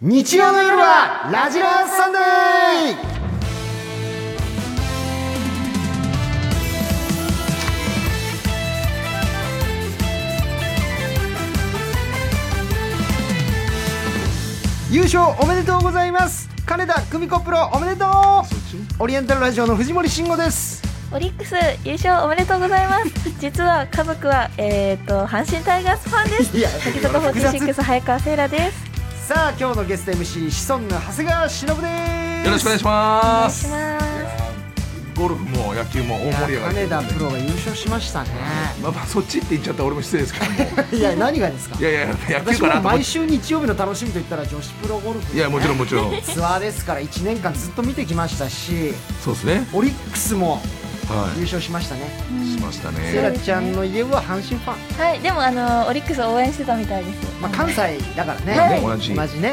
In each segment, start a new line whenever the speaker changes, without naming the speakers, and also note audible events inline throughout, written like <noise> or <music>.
日曜の夜はラジラーサンデー優勝おめでとうございます金田久美子プロおめでとうオリエンタルラジオの藤森慎吾です
オリックス優勝おめでとうございます
<laughs>
実は家族はえっ、と阪神タイガースファンです
いや
乃木坂
複雑
46早川せいらです
さあ今日のゲスト MC シソンヌ長谷川忍です
よろしくお願いし
お願
ま
いし
す。
ます
ゴルフも野球も大盛り上がり
い
とい
や金
うこと
田
で。
プロが優勝しました
<laughs>
ね
まあまあそっちって言っちゃったら俺も失礼ですけど <laughs> も。
いや何がですか
いやいや野
私
球か
も
なと思っ
毎
て。
週日曜日の楽しみといったら女子プロゴルフ、
いやもちろんもちろん。
ツアーですから1年間ずっと見てきましたし
そうですね。
オリックスも
は
優勝しましたね、
い。しました
セ
う
ラ
ね。
ちゃんの家は阪神ファン、
はいでもあのオリックス応援してたみたいです
まあ、関西だからね、
はい
同じ
同じね、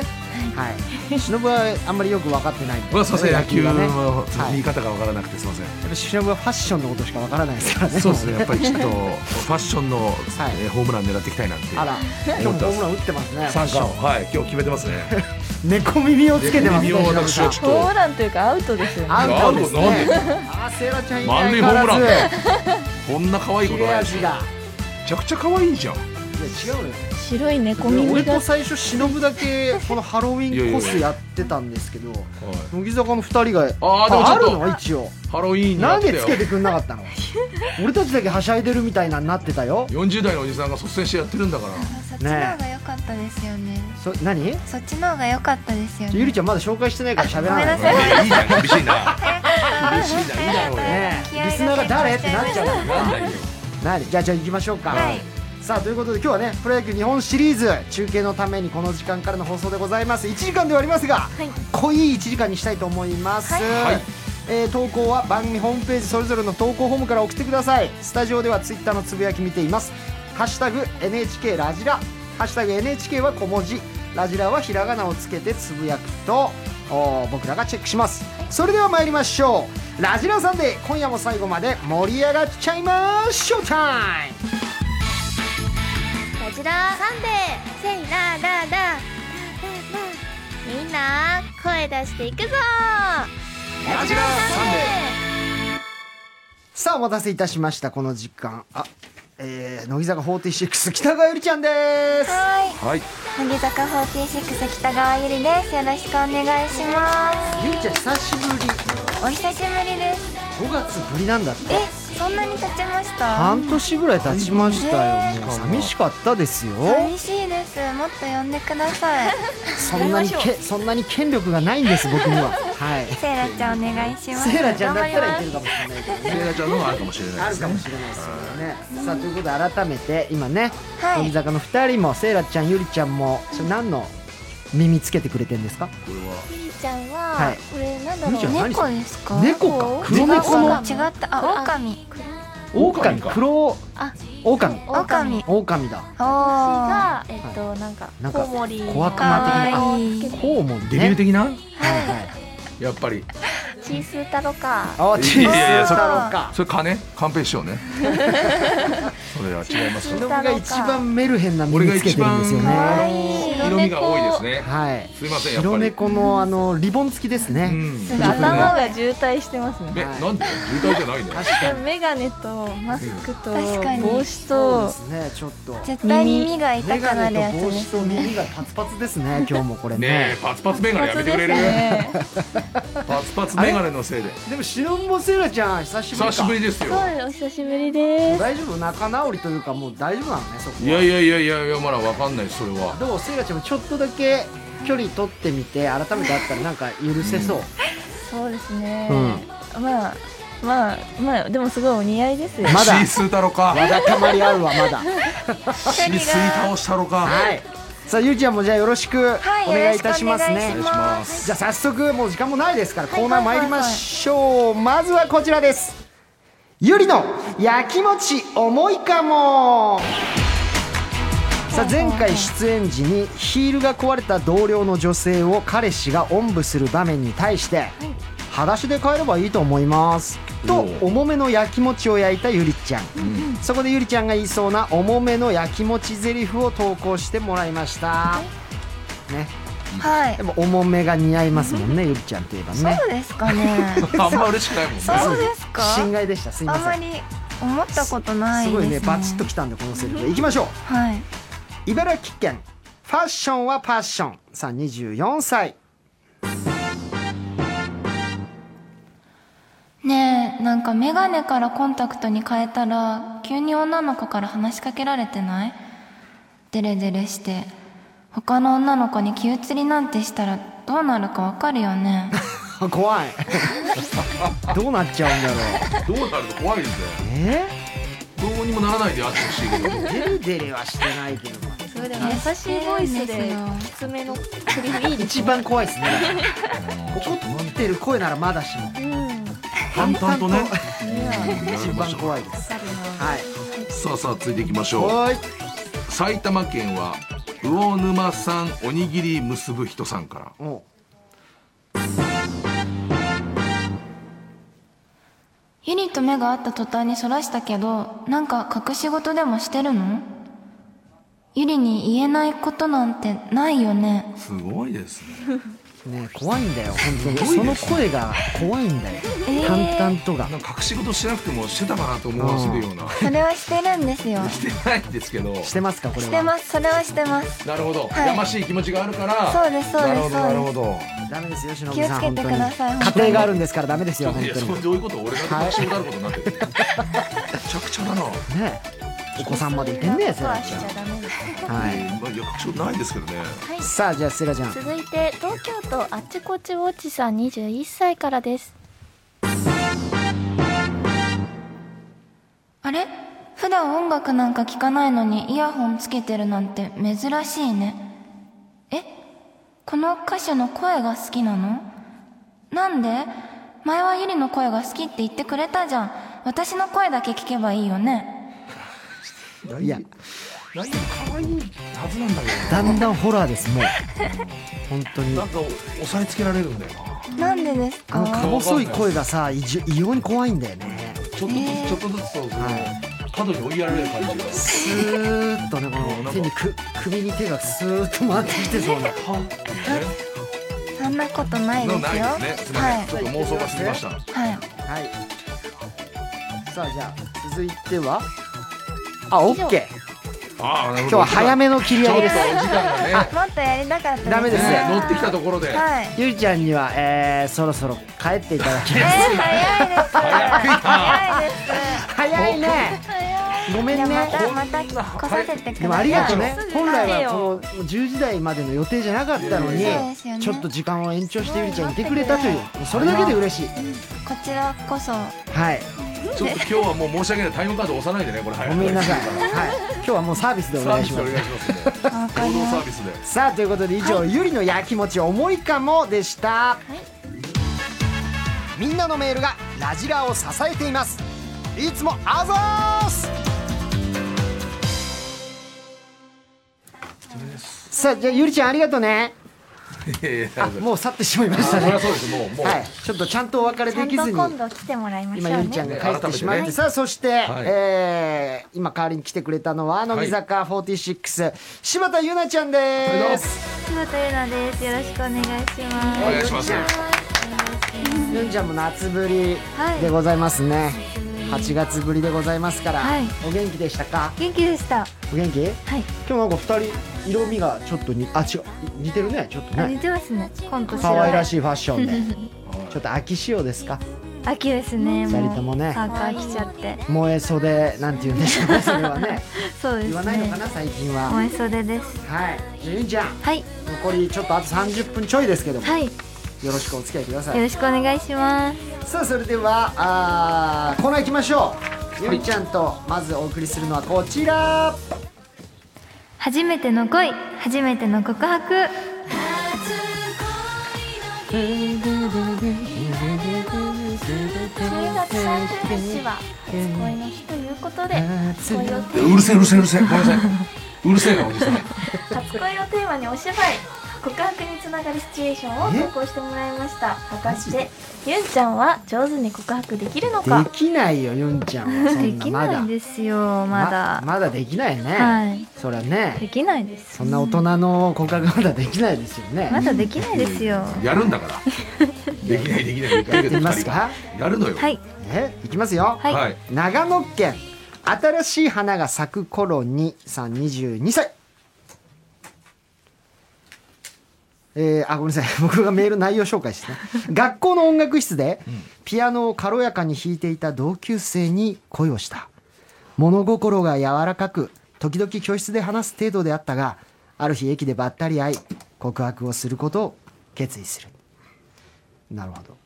はい、忍はあんまりよく分かってないんで
まあそうですね野球
がね、
の
はい、
言い
やっ
方がわからなくてすみません。
ぱ忍はファッションのことしか分からないですからね、
<laughs> そうですね
も
やっぱりちょっとファッションの
い
えーホームラン狙っていきたいなっていう。
あら、今日もホームラン打ってますね、
三冠をはい今日決めてますね。 <laughs>
猫耳をつけてますね、
猫耳を私は
忍さん
ちょっと
ホームランというかアウトですよね
アウトです
なんで
ね
なん、
あーセラちゃん以
満
外
塁
か
ホームラ
ら
ン
ず、
こんな可愛いこ
切
と
れ
ないでしょ。
味が。
めちゃくちゃ可愛いじゃん。
いや違うのよ
白い猫
俺
耳
と
が
最初忍だけこのハロウィンコスやってたんですけど乃木坂の二人が
あーでもちょっと
るの一応
ハロウィーンにな
な
っ
ん
て
で
た
つ
よ
け。てくんなかったの俺たちだけはしゃいでるみたいなになってたよ
40代のおじさんが率先してやってるんだから。
そっちの方が良かったですよね。
そ何
そっちの方が良かったですよね。
ゆりちゃんまだ紹介してないから喋らな
あごめ
い
んなさ
ね
<laughs> いいじゃん厳しい <laughs> な。
嬉
しいな
ない
いな
ね
気合が
リスナーが誰ってなっちゃうから
なんだよ。
なじゃあじゃあ行きましょうか、
はい
さあということで今日はねプロ野球日本シリーズ中継のためにこの時間からの放送でございます1時間ではありますが、
い
濃い1時間にしたいと思います、
はい
えー投稿は番組ホームページそれぞれの投稿フォームから送ってくださいスタジオではツイッターのつぶやき見ています「ハッシュタグ #NHK ラジラ」「ハッシュタグ #NHK は小文字」「ラジラ」はひらがなをつけてつぶやくとおー僕らがチェックしますそれでは参りましょうラジラさんで今夜も最後まで盛り上がっちゃいましょうタイム
ラジラサンデー、せいららら。みんな声出していくぞ。ラジラサン
さあお待たせいたしましたこの時間あえー、乃木坂46北川ゆりちゃんです
は
はい。
い、乃木坂46北川ゆりです。よろしくお願いします。
ゆりちゃん久しぶり
お久しぶりです。
5月ぶりなんだって
え、そんなに経ちました。
半年ぐらい経ちましたよもう
しかも
寂しかったですよ
寂しいです。もっと呼んでください。
そんなにけそんなに権力がないんです僕にははい
セイラちゃんお願いします。
セイラちゃんだったらいけ
頑張り
るかもしれないけどね
セイラちゃんのもあるかもしれない
あ
で
る
す
か
ね。
もしれないですけどねさあということで改めて今ね
ますは
乃木
い。
坂の2人もセイラちゃんゆりちゃんもそれ何の耳つけてくれてんですか
これ
ゆりちゃんは、
はい
これなんだろ
ゆりちゃん
う。
何そ
猫
れ
ですか。
猫か黒猫
違う
の
違った。あ、狼。
狼
狼か
黒
あ、
狼
狼。
狼だ
おー。
がえっとなんか
なんか
コウモリが
小悪
かわ
魔
いい。
的なコウモリね
デビュー的な？
はいはい
やっぱり。
チースー太郎か
あチーズ
いやいや
太
そ
郎
っか
か
それ金？寛平
<laughs>
師匠ね。それは違います
忍 <laughs>
よ。
が一番メルヘンな耳つけてるんですよ
俺が
ね
一番
い
色味が多いですね。
はい
すいませんやっぱり
白猫のあのリボン付きです
う
ね
ん。
頭が渋滞してますね
えなんで渋滞じゃないね。
確かに
メガネとマスクと
確かに
帽子
そう
と
ですねちょっと
絶対耳が痛
メ
くな
ガ
るや
ネ
つ
と
で
帽子
す
と
ね。
耳がパツパツですね今日もこれね
ねえパツパツメガネやめてくれる？パツパツメガネのせいで。
でも忍もセイラちゃん久しぶりか
久しぶりですよ。
はい、お久しぶりです。
大丈夫仲直りというかもう大丈夫なのねそこはい
やいやいやいやいやまだわかんないそれは。
どうセイラちゃんもちょっとだけ距離取ってみて改めて会ったらなんか許
<laughs>
せそう、
そうですね。
う
まあ、まあ、まあ、でもすごいお似合い <laughs> ですよ。
まだ
シースー太郎
わ
か。
だかまり合うわまだ
シースー倒したろか。
はい。さあゆうちゃんもじゃあよろしくお
はい、
願いいたしますね。
よろしくお願いします。
じゃあ早速もう時間もないですから、
い
コーナー参りましょう。まずはこちらです。ゆりのやきもち重いかも。さあ前回出演時にヒールが壊れた同僚の女性を彼氏がおんぶする場面に対して裸足で帰ればいいと思いますと
おう
重めのやきもちを焼いたゆりちゃん、そこでゆりちゃんが言いそうな重めのやきもちゼリフを投稿してもらいました、ね
はい
で。も重めが似合いますもんね、ゆりちゃんといえばね
そうですかね。
あんま嬉しくないもんね
そうですか。
心外でしたすいま
あ
せ
ん
ん
まり思ったことないですすね。
ごいねバチッときたんでこのセリフいきましょ
はい。
う茨城県ファッションはパッションさん24歳
ねえなんかメガネからコンタクトに変えたら急に女の子から話しかけられてないデレデレして他の女の子に気移りなんてしたらどうなるかわかるよね <laughs>
あ怖いどうなっちゃうんだろ
どうなると怖いんだよ
うえ
どうにもならないであってほしいけ
<laughs>
ど
ー、デレデレはしてないけど
それでも優しいボイスできつめの振りも <laughs> いいです
一
ね。
番怖いですね怒ってる声ならまだしも
淡々とね
一番怖いですはい
さあさあ続いていきましょう
おーい
埼玉県は魚沼産おにぎり結ぶ人さんから
も
ユニと目が合った途端にそらしたけどなんか隠し事でもしてるのユリに言えないことなんてないよね
すごいですね
うね怖いんだよ本当に
すご
そ
い
の
です
声が怖いんだよ
えー
淡々とが
なんか隠し事してなくてもしてたかなと思わせるような
それはしてるんですよ
してないんですけど
してますかこれ
して
は
ますそれはしてます
なるほど、
はい
やましい気持ちがあるから
そうですそうです
なるほどなるほ
そうです
ど
ダメですよしのぶ
気を
さん
つけ
本
て
当
く
に
ださい
家庭があるんですからダメです
ち
よ
ょっと
本
いや
当
そ
に
れどういうこと俺が隠し事あることになってる、めちゃくちゃだな、
ねお子さんまでいてんねセラちゃん
ダメです
はい
まあ、いや隠し事ないですけどね
さあじゃあセラちゃん
続いて東京都あっちこっちウォッチさん21歳からです
あれ普段音楽なんか聞かないのにイヤホンつけてるなんて珍しいねえこの歌手の声が好きなのなんで前はゆりの声が好きって言ってくれたじゃん私の声だけ聞けばいいよね
いや
何よ可愛いはずなんだけ
だんだんホラーですもう本当
ど
に
ななんか押さえつけられるんだよな
なんでです
あの
か
か細い声がさ異常異様に怖いんだよね
ちょっとずつちょっとずつそうその角に追いやられる感じが
スーッとねこの手にく首に手がスーッと回ってきてそうな
はっ
そんなことない
ね
です
の
よ
ないですねすみま
は
せん、ちょっと妄想が過ぎました
い、はい、
はいさあじゃあ続いてはあオッケー
ああなる
今
ほど
日は早めの切り
ちょ
上
っ
げ
と
です
お時間がね
もっとやりたかったです
ダメです
ね乗ってきたところで、
はい
ゆりちゃんには、えー、そろそろ帰っていただきます
えー早いです
早いな
早いです
早いねごめ
じゃ
ん
あま
ね
たまた来させてください
でもありがとうね
すぐ
本来は
帰れ
この
よ
10時台までの予定じゃなかったのに、
いや
いやそうですよね
ちょっと時間を延長してゆりちゃんいてくれたというもうそれだけで嬉しい
こちらこそ
はい
ちょっと今日はもう申し訳ないタイムカード押さないでねこれ
ごめんなさい、
サ
はい、今日はもうサービスでお
ー
願い
ビ
し
ス
ま
でお願い
す
します
わか
行
り
動
ま
サ
す
ービスで
さあということで以上、ゆりのやきもち重いかもでした、みんなのメールがラジラを支えていますいつもあざーすさあじゃあゆりちゃんありがとうね
いやいや
あもう去ってしまいました
そり
ね
ゃそうですもうもう、
はいちょっとちゃんとお別れ
ち
で
ゃん
き
と
ずに
今度来てもらいましょ
今ゆ
う
り
ね
ちゃんが帰ってしまって、
ね改めてね
さあそして、
はい
えー今代わりに来てくれたのは乃木坂46、柴田優奈ちゃんです
柴田優奈です。よろしくお願いしま
お
す。
願いします
ゆんちゃんも夏ぶりでございますね、8月ぶりでございますから、
はい
お元気でしたか
元気でした。
お元気今
はい。
日なんか2人色味がちょっとにあ違う似てるねちょっと
あ
ね
似てますね。今度
可愛ら
い。
しいファッション
<laughs>
でちょっと秋仕様ですか
秋ですね。
二
も
人とも
う
ね
パーカー着ちゃって。
燃え袖なんて言うんでしょうねそれ
<laughs>
はね
そうですね。
言わないのかな最近は
燃え袖です。
はいじゃあゆんちゃん
はい。
残りちょっとあと30分ちょいですけども、
はい。よ
よろしくお付き合いください
ろしくお願いします。
さあそれではあーコーナー行きましょうゆみちゃんとまずお送りするのはこちら
初めての恋初めての告白
10月30日は初恋の日ということで初恋を
うるせえうるせえうるせえごめんなさいうるせえなおじさん
初恋をテーマにお芝居告白につながるシチュエーションを投稿してもらいました果たしてゆんちゃんは上手に告白できるのか
できないよユンちゃんはそ
で
んな
き
ま
な
だ
いですよまだ、
まだできないね、
はい
そりゃね
できないです
そんな大人の告白まだできないですよね、
まだできないですよ
やるんだからできないできないできない
やってみますか
やるのよ
はい
えいきますよ、
はい
はい
長野県新しい花が咲く頃にさん22歳えー、あごめんなさい <laughs> 僕がメール内容紹介してね学校の音楽室でピアノを軽やかに弾いていた同級生に恋をした物心が柔らかく時々教室で話す程度であったがある日駅でばったり会い告白をすることを決意するなるほど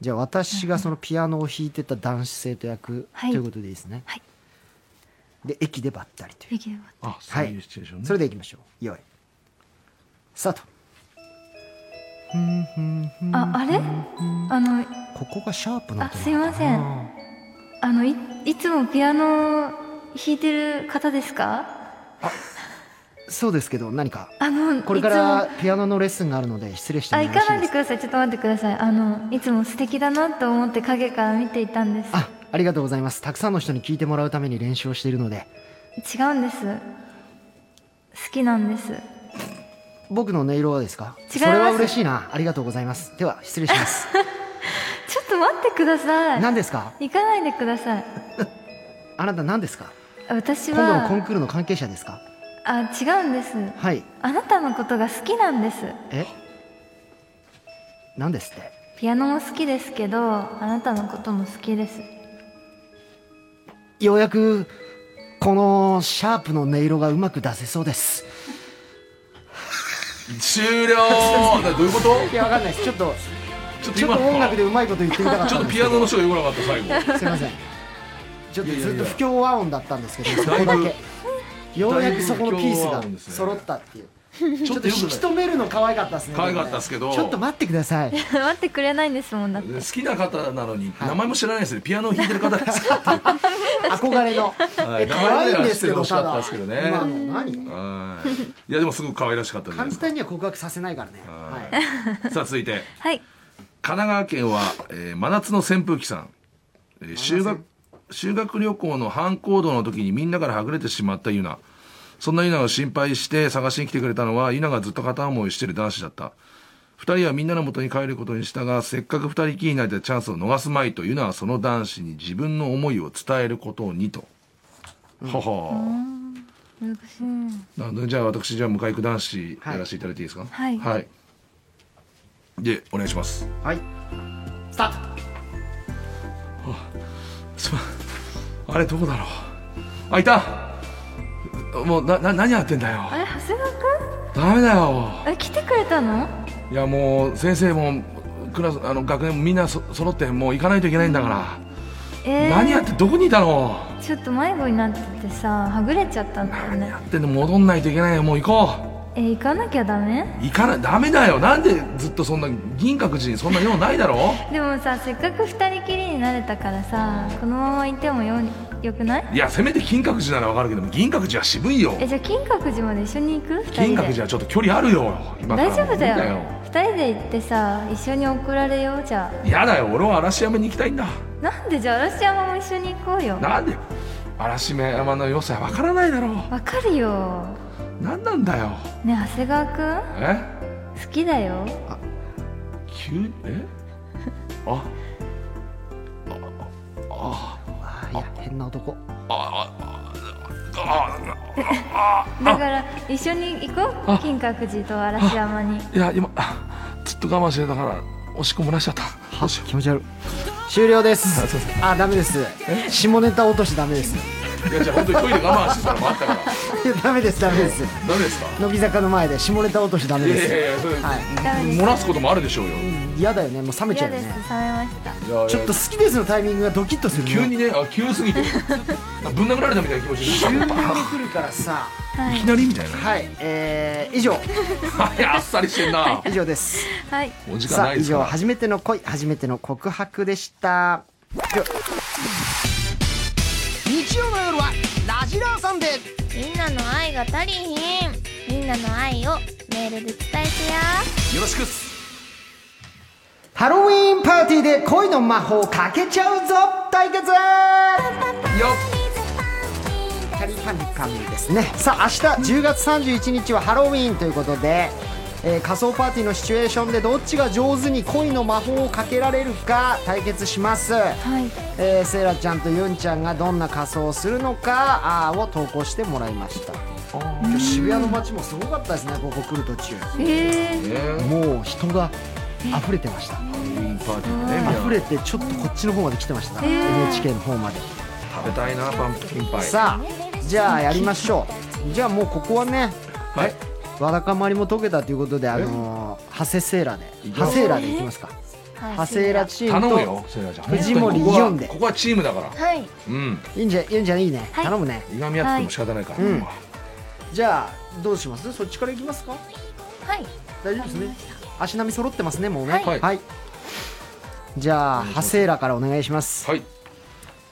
じゃあ私がそのピアノを弾いてた男子生徒役と
はい
いうことでいいですね。
はい
で駅でばったりという。
できれば
あそういうシチュエーションね
それでいきましょう。よい。スタート。
ああれあの
ここがシャープな音なのかな。
あすいませんあのいいつもピアノを弾いてる方ですか
そうですけど何か
あの
これからピアノのレッスンがあるので失礼し
いつ
て
も
も
あ
よ
行
ろしいです
かないでくださいちょっと待ってくださいあのいつも素敵だなと思って影から見ていたんです
あ、ありがとうございます。たくさんの人に聞いてもらうために練習をしているので、
違うんです好きなんです
僕の音色はですか。
違います
それは嬉しいな。ありがとうございます。では失礼します。
<laughs> ちょっと待ってください
何ですか。
行かないでください
あなた何ですか。
私
今度のコン
は
クールの関係者ですか。
あ違うんです
はい。
あなたのことが好きなんです
えなんですって
ピアノも好きですけどあなたのことも好きです <laughs>
ようやくこのシャープの音色がうまく出せそうです
終了だどういうこと
いやわかんないですちょっと
ちょっと
ちょ
今
っと音楽で
ち
うまいこと言ってみたかっ
ょ
た
っ
ん
と
です
ピアノの人がよくなかった最後
すいま
<laughs>
せんちょっと
いやいや
ず
い
っ
や
と不協和音だったんですけどそこ
だ
だ
いぶ
けようやくそこのピース
だいぶ不協和
が
音ですね
揃ったっていう
ち
ち
ょ
ょ
っ
っ
と
と
よ
引
く
き
ない
止めるの可愛かったですね
可愛かったですけど
ちょっと待ってください
待ってくれないんですもんだって
好きな方なのに
い
名前も知らないですねピアノを弾いてる方ですかっていう
憧れの
はい
え可愛いんですけどただ
可愛いんですけど欲しかったですけどね
今の <laughs> 何
はいいやでもすごく可愛らしかったじゃな
簡
いですか
単には告白させないからね
は
はい
さあ続いて
はい
神奈川県は、えー真夏の扇風機さん、えー修学修学旅行の班行動の時にみんなからはぐれてしまったユナそんなユナが心配して探しに来てくれたのはユナがずっと片思いしてる男子だった2人はみんなの元に帰ることにしたがせっかく2人きりになれたチャンスを逃すまいとユナはその男子に自分の思いを伝えることにと、はは
難しい
なのでじゃあ私じゃあ向井区男子やらせていただいていいですか
はい
はい、でお願いします
はいスタート
すまん <laughs> あれどこだろうあいたもうなな何やってんだよ
あれ長谷川
ダメだよ
くんえ来てくれたの
いやもう先生もクラスあの学年もみんなそ揃ってもう行かないといけないんだから、
えー、
何やってどこにいたの
ちょっと迷子になっててさはぐれちゃったんだよ
何
ね
やってんの戻んないといけないよもう行こ
え行かなきゃダメ
う行かないダメだよなんでずっとそんな銀閣寺にそんな用ないだろ
でもさせっかく二人きりになれたからさこのままいてもよよくない
いやせめて金閣寺ならわかるけど銀閣寺は渋いよ
えじゃあ金閣寺まで一緒に行く二人で
金閣寺はちょっと距離あるよ今から
大丈夫だ
無理
よ二人で行ってさ一緒に送られようじゃ
嫌だよ俺は嵐山に行きたいんだ
あなんでじゃあ嵐山も一緒に行こうよ
なんで嵐山の良さわからないだろう
わかるよ
何なんだよ
ねえ長谷川く
え
ん好きだよ
急にえあ
あーいや変な男
だから一緒に行こう金閣寺と嵐山に
いや今あずっと我慢してたからおしっこ漏らしちゃったどうしよ
気持ち悪い終了です
あそうそう
あダメです下ネタ落としダメです
ういやじゃあ本当にトイレ我慢してたのもあった <laughs> から
いやダメですダメです
ダメですか
乃木坂の前で下ネタ落としダメ
いや
で
い
す
やいやそれ、
はい
ダメです
漏らすこともあるでしょうよ
嫌だよねもう冷めちゃ
嫌
うよね
です冷めました
いやいや
ちょっと好きですのタイミングがドキッとするね
急にねあ急すぎてなんか <laughs> ぶん殴られたみたいな気持ちで
来るからさ
はい
いきなりみたい
はいえー、以上
なはい <laughs> あっさりしてんな
以上です
はい
お時間
さ
な
あ
いで
以
すか
上
ら
初めての恋初めての告白でした日曜の夜はラジラーサンデー
みんなの愛が足りひんみんなの愛をメールで伝えてよ
よろしくっす
ハロウィーンパーティーで恋の魔法かけちゃうぞ対決
よ
キャリーパミュパミュですねさあ明日10月31日はハロウィーンということで、えー仮想パーティーのシチュエーションでどっちが上手に恋の魔法をかけられるか対決します、
はい
えーセイラちゃんとユンちゃんがどんな仮装をするのかあーを投稿してもらいました今日渋谷の街もすごかったですねここ来る途中
え
ねハ
もう人が溢れてました
ロウィーンパーティーでねみんな
溢れてちょっとこっちの方まで来てました NHK の方まで
食べたいなパンプキンパイ
さあじゃあやりましょうじゃあもうここはね
はい
わだかまりも解けたということであのー、ハセセーラで
いきま
ハ
す
セーラでいきますか
はい
ハセーラチー
頼
ム
む
と
よセイラちゃん
藤森
本当にここは
イオンで
ここはチームだから
はい
うん
いいんじゃいいんじゃいいね、頼むね
いがみ合ってても仕方ないから、
はい
ここは
じゃあどうしますそっちからいきますか
はい
大丈夫ですね足並み揃ってますねもうね
はい
じゃあハセーラからお願いします
はい、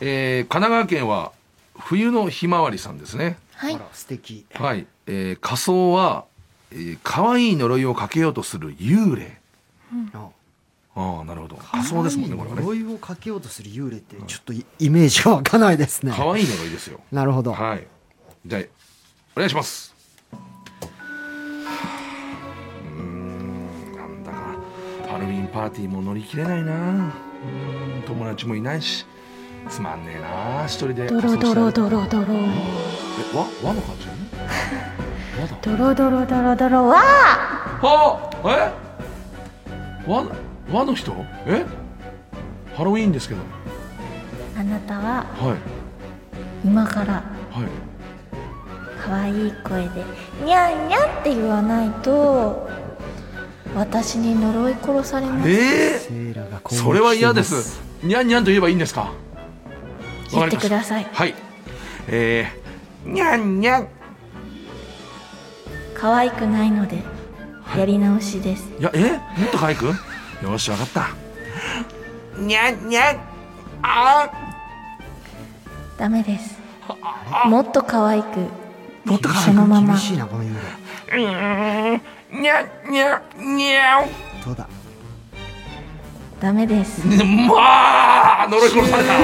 えー神奈川県は冬のひまわりさんですね
はい素敵
はい、えー仮装は、えー可愛い呪いをかけようとする幽霊
あ
ああなるほど仮装ですもんねこれはね
呪いをかけようとする幽霊ってちょっとイイメージが湧かないですね
可愛い呪いですよ
なるほど、
はいじゃあお願いしますうーんなんだかハロウィンパーティーも乗り切れないなうーん友達もいないしつまんねえな一人で
ドロドロド
ロ
ロドロ
えわ和の感じ和だ
ドロドロドロドロわ
あえ和和の人えハロウィーンですけど
あなたは
はい
今から
はい
可愛い声で「にゃんにゃん」って言わないと私に呪い殺されます
え
セーラが
ー、
攻撃しています
それは嫌ですにゃんにゃんと言えばいいんですかわ
言
か
っ
り
て
ま
く
した
ださい
はいえー、にゃんにゃん
可愛くないのでやり直しです
いやえもっと可愛くよしわかったにゃんにゃんあ
ダメですもっと可愛く
ーもっと可
そ
愛
の
く
ま
ま
ま
ま
厳しいなこの幽霊
にゃんにゃんにゃん
どうだ
ダメです
まあ呪い殺された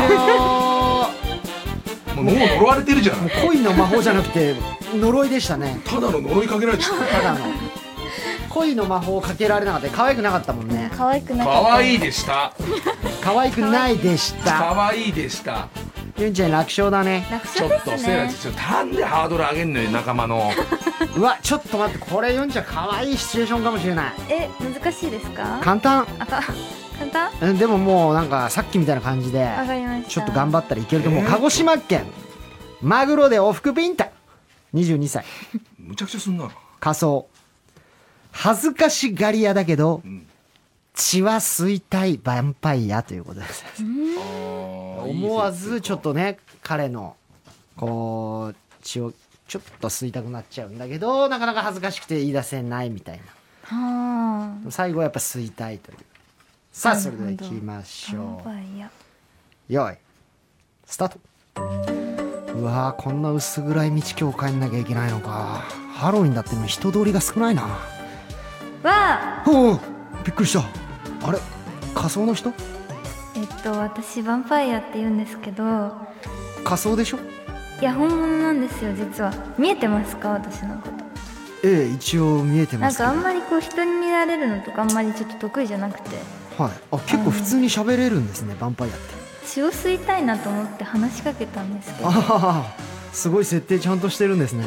<laughs> もう呪われてるじゃん
恋の魔法じゃなくて呪いでしたね
ただの呪いかけられちゃった
ただの恋の魔法をかけられなかった可愛くなかったもんね
可愛くなかっ
可
た
愛いでした
可愛くないでした
可愛いでした
ゆんちゃん楽勝だね
楽
ち
勝
ょ
で
っ
す
と
ね
せいらちょっとなんでハードル上げんのよ仲間の
うわちょっと待ってこれゆんちゃん可愛いシチュエーションかもしれない
え難しいですか
簡単
あか簡単
うんでももうなんかさっきみたいな感じで
わかりました
ちょっと頑張ったらいけると思う
えー
鹿児島県マグロで往復ビンタ22歳
むちゃくちゃすんな
仮装恥ずかしがり屋だけど
ん
血は吸いたいヴァンパイアということです思
思
わずちょっとね彼のこう血をちょっと吸いたくなっちゃうんだけどなかなか恥ずかしくて言い出せないみたいな
はあ
最後はやっぱ吸いたいというさあそれではいきましょ
乾杯や
うよいスタートうわーこんな薄暗い道今日帰んなきゃいけないのかハロウィンだってもう人通りが少ないな
わあ
おおびっくりしたあれ仮装の人
えっと私ヴァンパイアって言うんですけど
仮装でしょ
いや本物なんですよ実は見えてますか私のこと
ええ一応見えてま
なん
すけ
か
ど
あんまりこう人に見られるのとかあんまりちょっと得意じゃなくて
はいあ結構普通に喋れるんですねヴァンパイアって
血を吸いたいなと思って話しかけたんですけど
ああすごい設定ちゃんとしてるんですね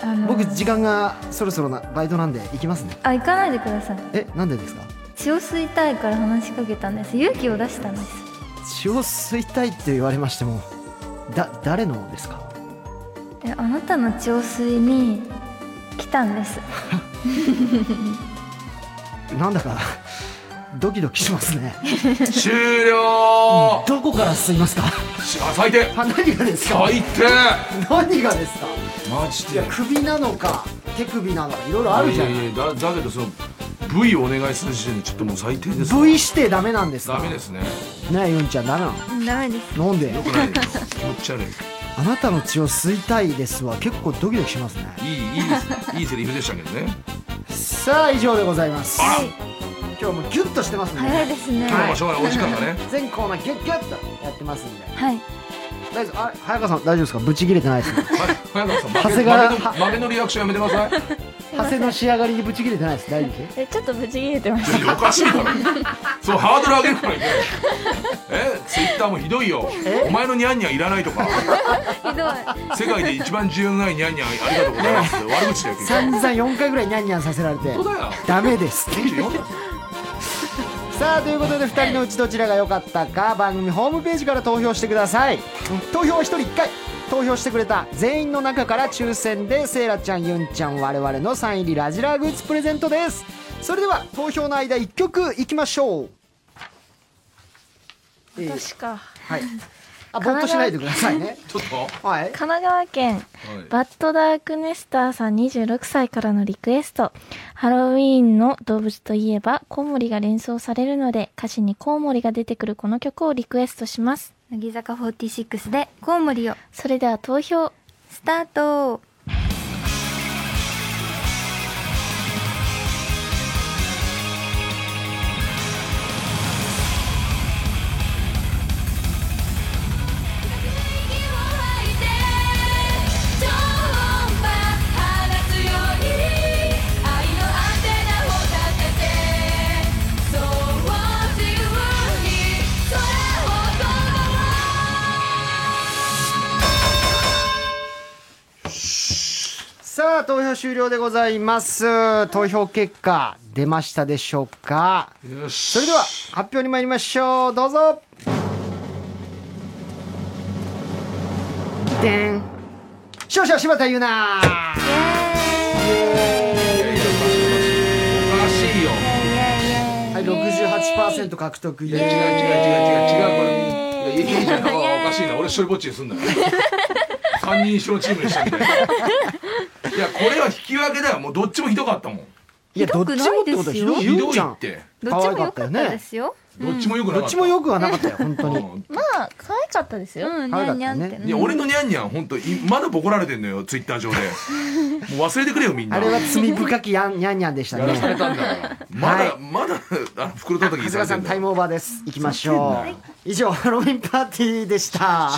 あの
僕時間がそろそろなバイトなんで行きますね
あ行かないでください
えなんでですか
血を吸いたいから話しかけたんです勇気を出したんです
血を吸いたいって言われましてもだ誰のですか
であなたの血を吸いに来たんです
なんだかドキドキしますね
終了
<laughs> どこから吸いますか
最低
あ何がですか
最低
何がですか
マジ
いや首なのか手首なのかいろいろあるじゃない
やいやだだけどその V をお願いする時点でちょっともう最低ですわ
V 指定ダメなんですか
ダメですね
ねえユンちゃんダメな
ダメです
のなんで
よくないよ気持ち悪い
あなたの血を吸いたいですは結構ドキドキしますね
いいいいですいいセリフでしたけどね
さあ以上でございます
あら
今日もギュッとしてますね
<laughs> 早いですね
今日もしょうがないお時間がね
全コーナーギュッギュッとやってますんで
はい
大丈夫あ早川さん大丈夫ですかブチ切れてないです
<laughs>
か
はい早川さん
長
負け
谷川
負けの負けのリアクションやめてください
長谷の仕上がりにブチ切れてないです大丈夫です
えちょっとブチ切れてまし
いやおかしいだろそうハードル上げるからいけないえツイッターもひどいよお前のニャンニャンいらないとか
ひどい
世界で一番重要ないニャンニャンありがとうございますって悪口だよ君
散々4回ぐらいニャンニャンさせられて
本当だよ
ダメです
24だよ
さあということで2人のうちどちらが良かったか番組ホームページから投票してください投票は1人1回投票してくれた全員の中から抽選でセイラちゃんユンちゃん我々のサイン入りラジラーグッズプレゼントですそれでは投票の間1曲いきましょうえー
たか
はいあぼーっとしないでくださいね
ちょっと
はい
神奈川県バッドダークネスターさん26歳からのリクエスト。ハロウィーンの動物といえばコウモリが連想されるので歌詞にコウモリが出てくるこの曲をリクエストします。
乃木坂46でコウモリを
それでは投票。
スタート
さあ投票終了でございます投票結果出ましたでしょうか
はいよし
それでは発表に参りましょうどうぞでん勝者柴田優奈
おかしいよ
はい68%獲得
いや違う違う違う違う違うこれいやいやいやおかしいな俺一人ぼっちにすんだよ三人一緒のチームにしたみたいないやこれは引き分けだよもうどっちもひどかったもん
いやどっちもって
ひど
こ
く
と
ないです
ひどい
よ
ひ
ゆ
ど
う
い
ちゃ
っ
ん
て
どっ
可
ち
愛
も
か
良
った
か
よ
っ
ね
たですよ
どっちもよくなか
どっ
っ
たちもよくはなかったよ本当に
うん
まあ可愛かったですよ。
うん
可
に
愛
ゃ
かっ
んに
た
ゃんって
ね
いや俺のニャンニャン本当いまだボコられてんのよツイッター上でもう忘れてくれよみん
<laughs>
な
あれは罪深きやんにゃんにゃんでした
やらされ
ね
たんだからまだ、
はい
まだあの袋叩き
長谷川
されて
さ
ん
ん
だ
タイ
よ
ムオーバーですいきましょう以上ハロウィンパーティーでした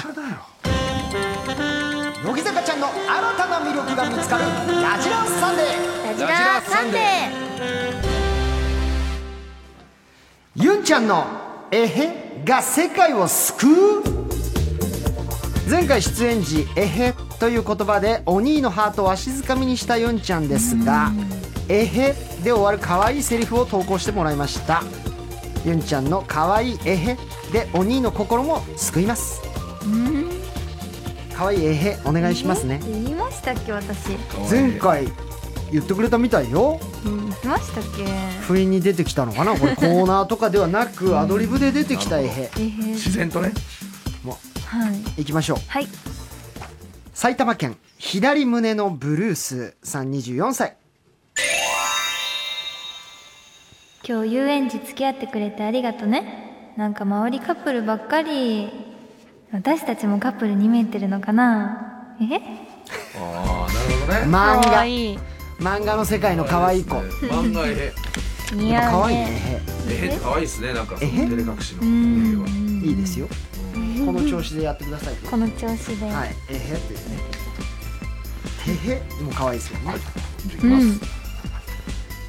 乃木坂ちゃんの新たな魅力が見つかるラジラサンデー
ラジラサンデー
ユンちゃんの「えへ」が世界を救う前回出演時「えへ」という言葉でお兄のハートを足づかみにしたユンちゃんですが「えへ」で終わる可愛いセリフを投稿してもらいましたユンちゃんの「可愛いえへ」でお兄の心も救います可愛いえへお願いしますね
言いましたっけ私
前回言ってくれたみたいよ
言ってましたっけ
不意に出てきたのかなこれコーナーとかではなくアドリブで出てきたえへ
えへ
自然とね
はい
いきましょう
はい
埼玉県左胸のブルースさん24歳
今日遊園地付き合ってくれてありがとねなんか周りカップルばっかり私たちもカップルに見えてるのかなえ
ああなるほどね
漫
可
画
愛い。
漫画の世界の可愛い子
漫画え
似
やっぱ可
合う
愛い
ね
ね
へえへって可愛いですねなんか
え
照
へ
れ隠しのえへはい
いですよこの調子でやってくださいよ
この調子で、
はいえへっていうねてへも可愛いですよね
じゃあ行きま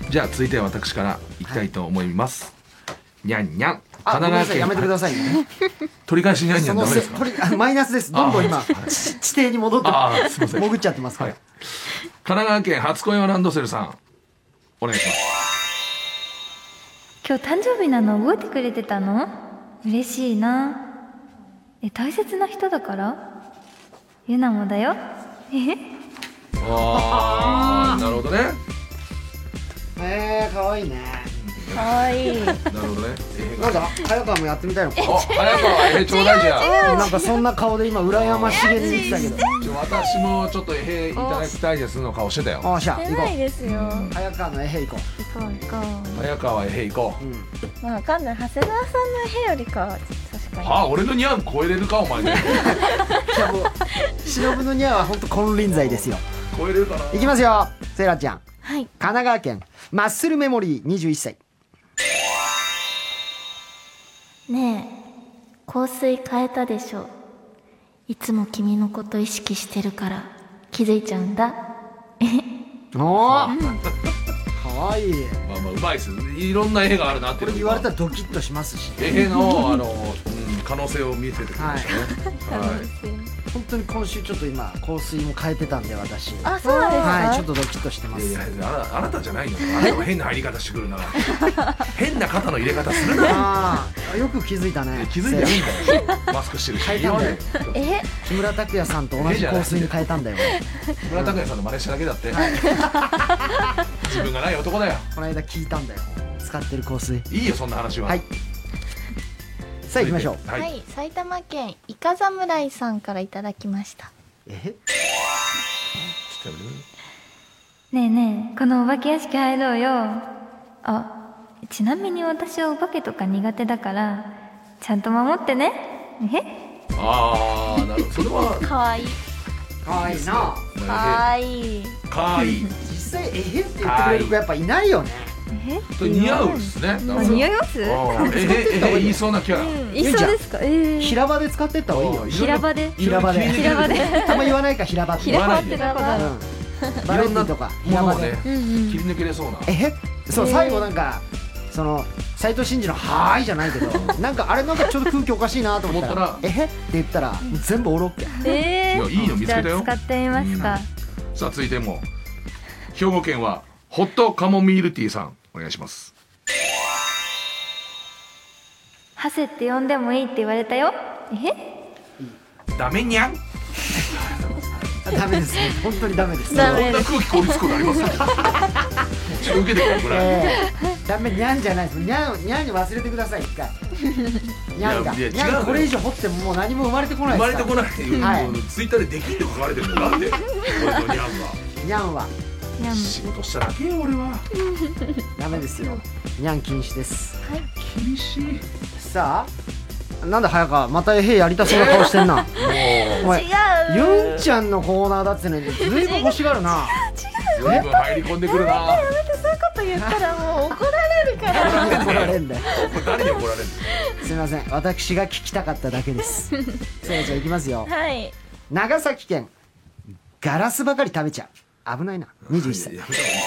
す、じゃあ続いては私からいきたいと思います、にゃんにゃん神
あごめんなさ
奈川県
いやめてくださいね
取り返しにゃんにゃ
そ
んダ
の
メ
せ
ですか
取りあマイナスですどんどん今
あ
ち地底に戻って
ああすいません
潜っちゃってますか
はい
ら
神奈川県初恋はランドセルさんお願いします
今日誕生日なの覚えてくれてたの嬉しいなえ大切な人だからゆなもだよえへ
ああなるほどね
えー可愛いね
可愛い。
なるほどねえ
なんだ早川もやってみたいのか
へあ早川えへちょうだいじゃん
なんかそんな顔で今羨ましげに言ってたけど
ちょ私もちょっとえへいただきたいですの顔してたよ
おっしゃ
出
行こ
ないうですよ。
早川のえへ行こ
行こう行こ
早川えへいこう、
まあわかんない。長谷川さんの部屋よりかは確かに。
あ俺のニャン超えれるか
<laughs>
お前ね
う忍のにゃは本当金輪際ですよ
超えれるかな
行きますよセイラちゃん
はい
神奈川県マッスルメモリー21歳
ねえ香水変えたでしょいつも君のこと意識してるから気づいちゃうんだ
おお、かわいい
まあまあうまいですねいろんな絵があるなって
これ言われたらドキッとしますし
絵のあの、うん可能性を見せてくれましたねはい
本当に今週ちょっと今香水も変えてたんで私
あそうなんですか、
はいちょっとドキッとしてます
いやいやあなあなたじゃないよあなたは変な入り方してくるな変な肩の入れ方するな
ああよく気づいたね
気づいてないんだよマスクしてる
変え
し
ん
た今ま
だ
で
よ木村拓哉さんと同じ香水に変えたんだよ
村拓哉さんの真似しただけだって自分がない男だよ
この間聞いたんだよ使ってる香水
いいよそんな話は
はいさあ行きましょう
は
はいい、埼玉県イカ侍さんからいただきました
え
ちょっとやめてくれる
ねえねえこのお化け屋敷入ろうよあちなみに私はお化けとか苦手だからちゃんと守ってねえ
ああなるほどそ
<laughs>
れは
かわいい
かわいいな
か
か
わいい
わいい
実際えへって言ってくれる子やっぱいないよね
え
それ似合うですね
あ似合います
あーえへえへ言いそうなキャラ
いそうですかええ
平場で使ってった方がいいよ
平場で
いろ
平
いろ
場で
聞いてくれ
平場で
<laughs> あんま言わないか平場って
言
平
わな
場っ
いで
て
い
どこだろう
うんバラエ
ろ
ティ
んな
ーとか
も
平
の
場
を
で
ね切り抜けれそうな
えへそう最後なんかその斎藤慎二の「はーい」じゃない
<laughs>
けどなんかあれなんかちょっと空気おかしいなと思った
思
ら
っ
「えへ」って言ったら全部オーロッケ
ええ
いやいいの見つけたよ
じゃあ使ってみますか
さあ続いても兵庫県はホットカモミールティーさんお願いします
ハセって呼んでもいいって言われたよえ
ダメにゃん <laughs>
ダメですね本当にダメです
こんな空気凍りつくことありますちょっと受けてくるぐらい
えー <laughs> ダメにゃんじゃないですにゃんにゃんに忘れてください一
<laughs>
回にゃんが
いやい
に
や違う
ゃ
の
んこれ以上掘ってももう何も生まれてこない
生
で
ます
か
れて
ら
こないっていう、
はい
もうツイッターでできんと書かれてるのなんで俺のニャンは
にゃんは
にゃ
<laughs>
ん
仕事しただけよ俺は
ダメですよにゃん禁止です
厳しいもう
さあなんで早川またえへやりたそうな顔してん
<laughs>
なお前ユンちゃんのコーナーだってねずいぶん欲しがるな
随分入り込んでくるなこ
そういうこと言ったらもう怒られるから
何で怒られんだよ
れ誰に怒られる
すいません私が聞きたかっただけですせいやちゃんいきますよ
はい
長崎県ガラスばかり食べちゃう危ないな21
のい
歳
ややめた方がいい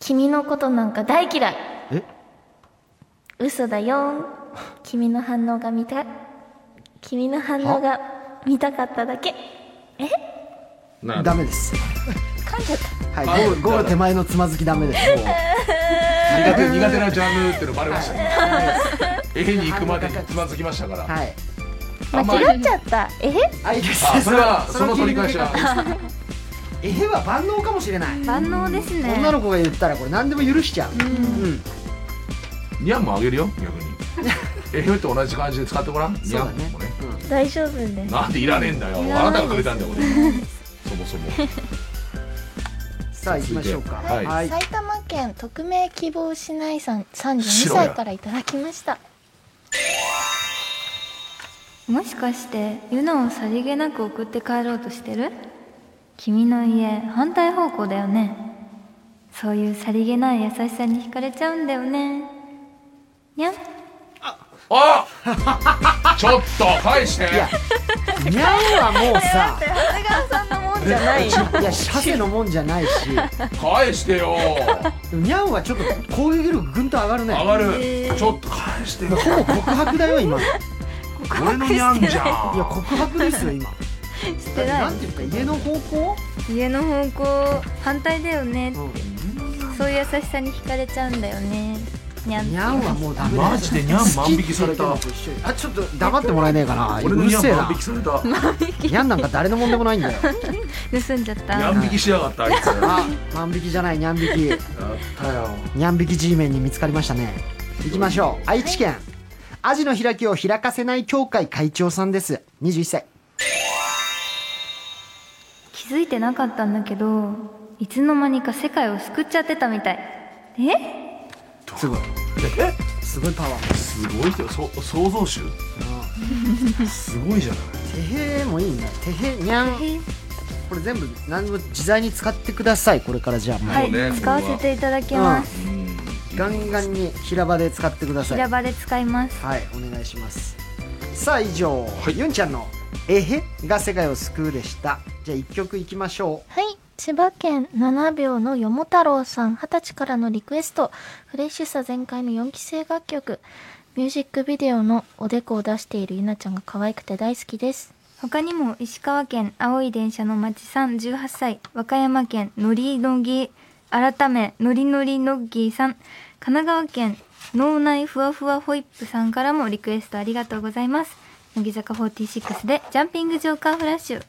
君のことなんか大嫌い
え
嘘だよ君の反応が見た君の反応が見たかっただけ
なんだ
ダメです
噛んじゃっ
は
た
いゴールゴール手前のつまずきダメです
もう苦手苦手なジャンルってのバレましたね絵に行くまでにつまずきましたから
はい
あんまり
間違っちゃったえへ
あいいです
あそれはその取り返しは
えへは万能かもしれない
万能ですね
女の子が言ったらこれ何でも許しちゃううん
ニャンもあげるよ逆に
<laughs>
えへと同じ感じで使ってごらんニ
そう
ャ
だ
ン
ね
もね
大丈夫です
なんでいらねえんだよあなたがくれたんだよ俺そもそも
さあ行きましょうか
はい
はい
埼玉県匿名希望しないさん32
白や
歳からいただきました
もしかしてユナをさりげなく送って帰ろうとしてる君の家反対方向だよねそういうさりげない優しさに惹かれちゃうんだよねにゃん
あちょっ <laughs> と返して
いやにゃんはもうさ
じゃな
い
い
やシャセのもんじゃないし
返してよ
でもにゃんはちょっと攻撃力ぐんと上がるね
上がるちょっと返してよ
ほぼ告白だよ今い
俺のニャンじゃ
や
ん
告白ですよ今
してな
ないんていうか家の方向
家の方向反対だよねそういう優しさに惹かれちゃうんだよねにゃん
にゃんはもうダメだよ
マジでニャン万引きされた
好きって言ってんのと一緒にあちょっと黙ってもらえねえかなう
俺の
る
ニ
せえ
ャン万
な
引きされた
にゃんなんか誰のもんでもないんだよ
盗んじゃった
ニャン引きしやがったあいつやっ
あ万引きじゃないにゃん引き
たよ
にゃん引き G メンに見つかりましたね行きましょう愛知県アジの開きを開かせない協会会長さんです21歳
気づいてなかったんだけどいつの間にか世界を救っちゃってたみたいえ
すごいすごいパワー
すごい人そ創造主すごいじゃない
てへーもいいねてへにゃんこれ全部何でも自在に使ってくださいこれからじゃあもう、
は
そうね
い、使わせていただきます。
うん
ガンガンに平場で使ってください
平場で使います。
はいお願いしますさあ以上、ゆんちゃんの「えへ」が世界を救うでしたじゃあ1曲いきましょう
はい。千葉県7秒のよも太郎さん、20歳からのリクエスト。フレッシュさ全開の4期生楽曲。ミュージックビデオのおでこを出しているゆなちゃんが可愛くて大好きです。
他にも石川県青い電車の町さん18歳、和歌山県のりのぎ、改めのりのりのっぎーさん、神奈川県脳内ふわふわホイップさんからもリクエストありがとうございます。乃木坂46でジャンピングジョーカーフラッシュ。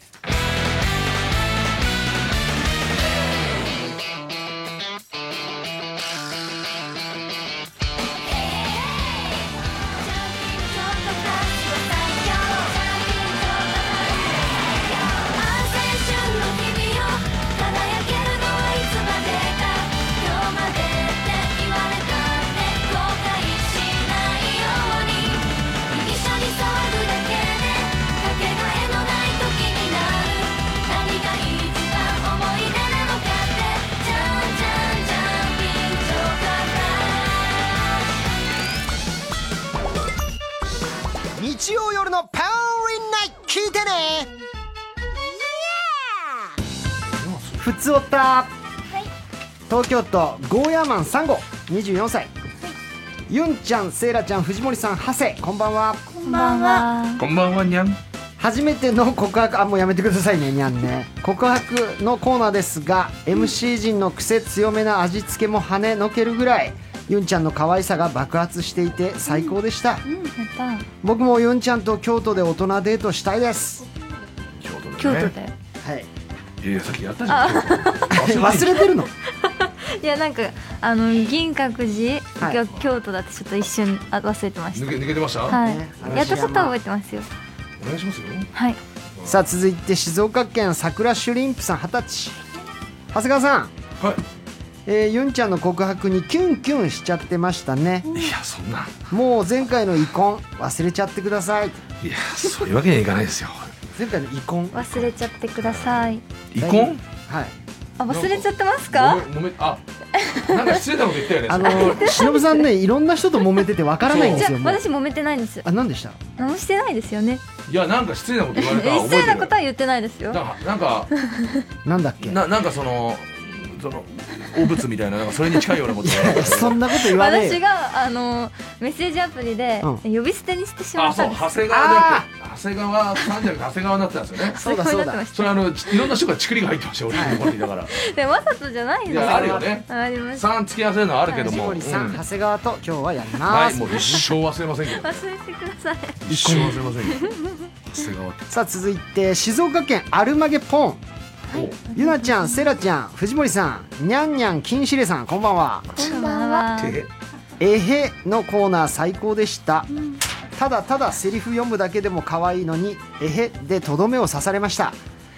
日曜夜の「パウリンナイト」聞いてねふつおった、東京都ゴーヤーマン3号24歳、ゆんちゃんせいらちゃん藤森さん長谷こんばんは
こんばんは。
こんばんはにゃん
初めての告白あもうやめてくださいねにゃんね告白のコーナーですが MC 陣の癖強めな味付けも跳ねのけるぐらいユンちゃんの可愛さが爆発していて最高でした、
うん、やった。
僕もユンちゃんと京都で大人デートしたいです
京都だね
京都だよ。
はい
いやさっきやったじゃん京都
え <laughs> 忘れてるの
いやなんかあの銀閣寺
はい
が京都だってちょっと一瞬あ忘れてまし
抜
た
け抜けてました、
はい
ね
やったことは覚えてますよ
お願いしますよ
はい
<laughs> さあ続いて静岡県桜シュリンプさん二十歳長谷川さん、
は
えー、ユンちゃんの告白にキュンキュンしちゃってましたね
いいやそんな
もう前回の遺婚忘れちゃってください
いやそういうわけにはいかないですよ
前回の遺婚
忘れちゃってください
遺婚
はい
あ忘れちゃってます
ご
か
めんごめんあなんか失礼なこと言ったよね
<laughs> あの忍さんねいろんな人と揉めててわからないんで
じゃ
す
あ
よもう
私揉めてないんです
あ何でした
何もしてないですよね
いやなんか失礼なこと言われた
一切な
覚
こと
えてる
は言ってないですよ
なんかなんか
なんだっけ
ななんかそのその汚物みたいななんかそれに近いようなこ
<laughs>
と言われ
<laughs>
た
そんなこと言わねえ
私
よ
があのメッセージアプリで
うん
呼び捨てにしてしま
あ
った
そう
んです
長谷川だって長谷川さんじゃなくて長谷川になってたんですよね
そうだ
こ
そう
なって
だ
まし
それあのちいろんな人がチクリが入ってましたよ俺のところにだから
たでわざとじゃないん
い
ですよ
やあるよね
あります
3付き合わせるのはあるけど
藤
も、
森さ
うんん
長谷川と今日はやりま
はい
す
もう一生忘れませんけど
忘れてください
一生忘れませんよ長谷川って
さあ続いて静岡県アルマゲポンゆなちゃんセラちゃん藤森さんにゃんにゃん金しれさんこんばんは
こんばんは
え
えへのコーナー最高でした、ただただセリフ読むだけでも可愛いのにえへでとどめを刺されました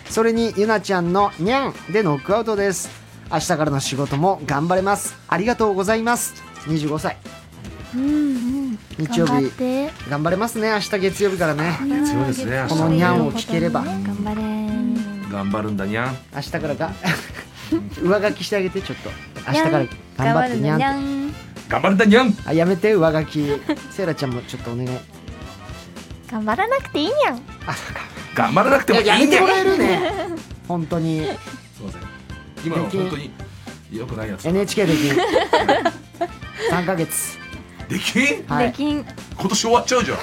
それにゆなちゃんのにゃんでノックアウトです明日からの仕事も頑張れますありがとうございます25歳日曜
頑張っ
日
て。
頑張れますね明日月曜日からね
必要ですね
この
明日
にゃんを聞ければ
頑張れー
頑張るんだにゃん
明日から
<laughs>
が上書きしてあげてちょっと明日から頑張ってにゃんって
ん
頑張るんだにゃん
あやめて上書きセイラちゃんもちょっとお願い
頑張らなくていいにゃん。
頑張らなくてもいいんだ
やめてもら
よ
える <laughs> ね本当に
すいません今のは本当に良くないやつ
NHK でき <laughs> ん3ヶ月
できん
は
で
い
きん
今年終わっちゃうじゃん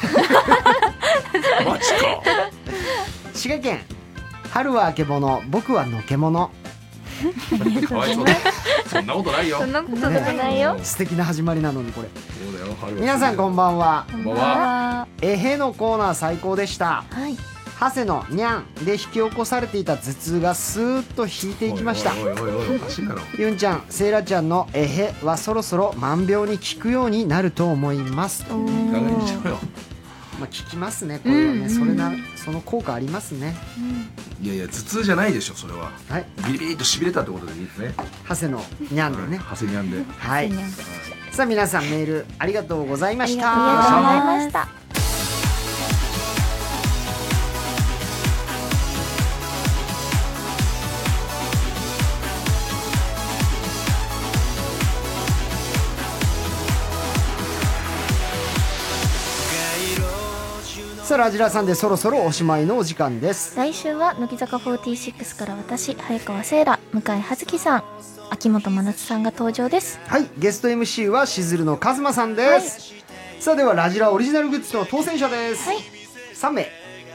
マジか
滋賀県春はあけぼの僕はのけもの
かわいそうだそんなことないよ
そんなこと
とんでもないよ。
素敵な始まりなのにこれ
そうだよ春は
皆さんこんばんは
こんばんは
えへのコーナー最高でした
はい。
長谷のにゃんで引き起こされていた頭痛がスーッと引いていきました
おいおいおいおいおかしいだろ
ゆんちゃんセイラちゃんのえへはそろそろ万病に効くようになると思います
いかがにしろよ
まあ聞きますねこれはね、それなその効果ありますね
いやいや頭痛じゃないでしょそれは
はい
ビリビリっとしびれたってことでいいですね
長谷のにゃんでね
長谷にゃんで
はいさあ皆さんメールありがとうございまし
ありがとうござい
た
ました。
「
さあラジラさんでそろそろおしまいのお時間です
来週は乃木坂46から私早川聖羅向井葉月さん秋元真夏さんが登場です
はいゲスト MC はしずるのカズマさんです、さあではラジラオリジナルグッズの当選者です、
はい
3名、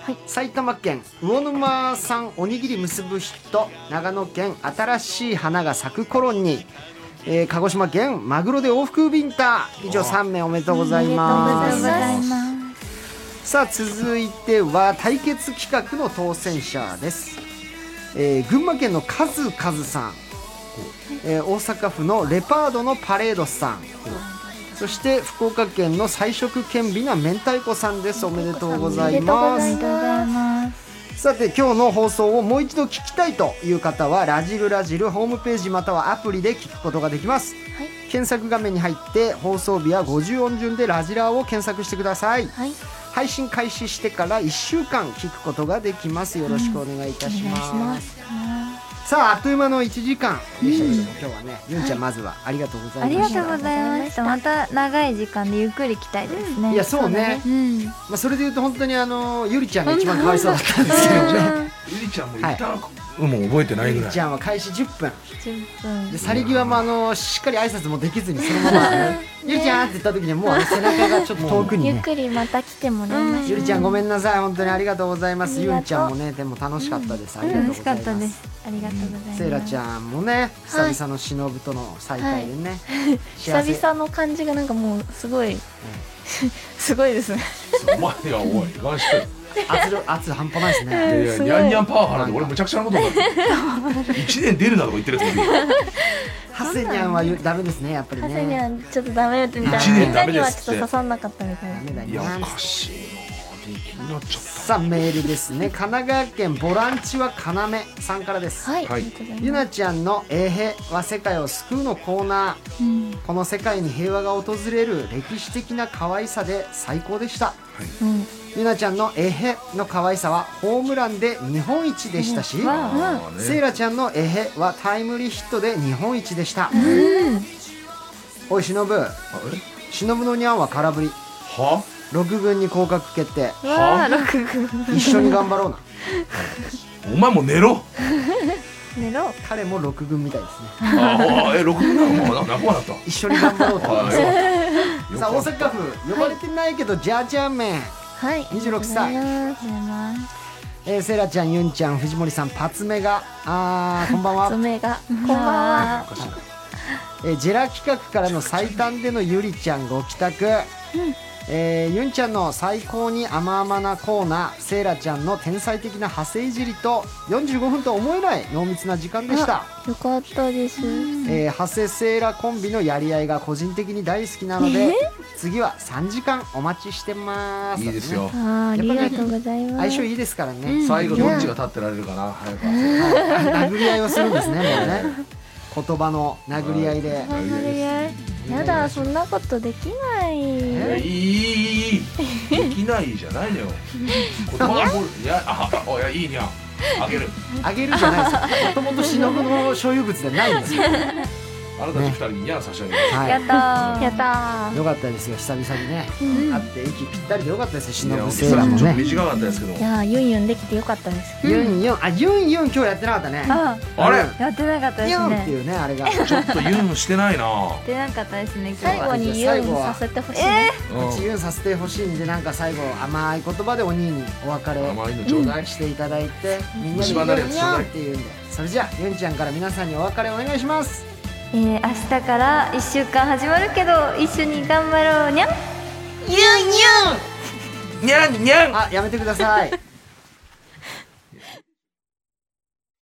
はい
埼玉県魚沼産おにぎり結ぶ人長野県新しい花が咲く頃に、えー鹿児島県マグロで往復ウィンター以上3名おめでとうござい
お
ま
め
す
でとうござい
さあ続いては対決企画の当選者です、えー群馬県のカズカズさん、えー大阪府のレパードのパレードさんそして福岡県の菜食健美な明太子さんですおめでとうございま
おめ
す
でとうございます
さて今日の放送をもう一度聞きたいという方は「ラジルラジル」ホームページまたはアプリで聞くことができます、
はい
検索画面に入って放送日や50音順で「ラジラ」を検索してください、
はい
配信開始してから1週間聞くことができますよろしくお願いいたします,、
お願いし
さああっという間の1時間でしたけども、今日はねゆんちゃんまずはありがとうござ
あ
い
り
ま
が
した
とうございましたまた長い時間でゆっくり来たいですね
いやそうね
うん
まあ、それで言うと本当にあのゆりちゃんが一番かわいそうだったんですけどね
ゆりちゃんも一旦、もう覚えてない
ゆ
ぐ
り
らい
ちゃんは開始10分
10分
で去り際もあのしっかり挨拶もできずにそのまま「ゆりちゃん!」って言った時にはもうあの背中がちょっと遠く
ゆ
に
っ
ね
くりまた来てもらいまし
ゆりちゃんごめんなさい本当にありがとうございますゆんちゃんもねでも楽しかったですありがとうご
楽し
ざ
か
い
った
ま
ですすありがとうございます
セイラちゃんもね久々の忍との再会でね、
た
幸せ
久々の感じがなんかもうすごい <laughs> すごいですね
お前がおい我慢し
圧力圧半端ないです
て
ね
るいやい
すごい
やニャンニャンパワハラで俺むちゃくちゃなことになってる一年出るなとか言ってるやつもいるよ
ハセニャンはゆダメですねやっぱり
ハセに
ね
はちょっとダメみたいな
一年
みんな
ダメ
に
で
は
すって
ちょっと刺さんなかったみたいな
ダメだ
いやお
な
かしいな気になっちゃっ
さあメールですね神奈川県ボランチは要さんからです、
はい、
はい
ありがとうござい
ゆ
ます
なちゃんの「えへ」は世界を救うのコーナー、この世界に平和が訪れる歴史的な可愛さで最高でした
うん
ゆなちゃんの「えへ」の可愛さはホームランで日本一でしたし、
たまあね
セイラちゃんの「えへ」はタイムリーヒットで日本一でした、おいしのぶ
あえ
しのぶのニャンは空振り
は
6軍に降格決
<laughs>
定
は
あ六分
一緒に頑張ろうな
お前も寝ろ
寝ろ
彼も6軍みたいですね
ああえ六分なのもうななくなった
一緒に頑張ろうと思い
あ
ま
あ
す
よ <laughs> かった
さあ大阪府呼ばれてないけど、ジャージャー麺
はい
26歳、
ます
えー、セイラちゃんユンちゃん藤森さんパツメがあーこんばんは、
爪がこんばんは
おかしいな
えージェラ企画からの最短でのゆりちゃんご帰宅、えーユンちゃんの最高に甘々なコーナーセイラちゃんの天才的な派生いじりと45分とは思えない濃密な時間でした
よかったです
えー、長谷セイラコンビのやり合いが個人的に大好きなので、次は3時間お待ちしてます
いいですよ
あーありがとうございます
相性いいですからね、
最後どっちが立ってられるかな早川さん
殴り合いをするんですねもうね言葉の殴り合いで
殴り合いやだそんなことできない
いやいいいいいいできないじゃないのよ言葉のボールいやああいやいいにゃんあげる
あげるじゃないですよもともと忍の所有物でないん
<laughs>
ですよ、
あなたたち二人ににゃん差し上げる
は
た
やった
い、よかったですよ久々にね、会って息ぴったりでよかったですよ
いや
忍
お
セイラも
ちょっと
ね
短かったですけど
ーいやーユンユンできてよかったです
ユンユンあユンユン今日やってなかったね
あ
あれ
やってなかったで
ユ
す
ンって
ね
いうねあれが
ちょっとユンしてないな
やってなかったですね今日
最後
は
にユンさせてほしいな
うん
自由させてほしいんでなんか最後甘い言葉でお兄にお別れ
甘いのちょうだい
していただいて、みんなで
虫歯になる
い
やつ
い
ちょう
よ
だい
って言うんでそれじゃあゆんちゃんから皆さんにお別れお願いします
えー、明日から1週間始まるけど一緒に頑張ろうにゃん
あやめてください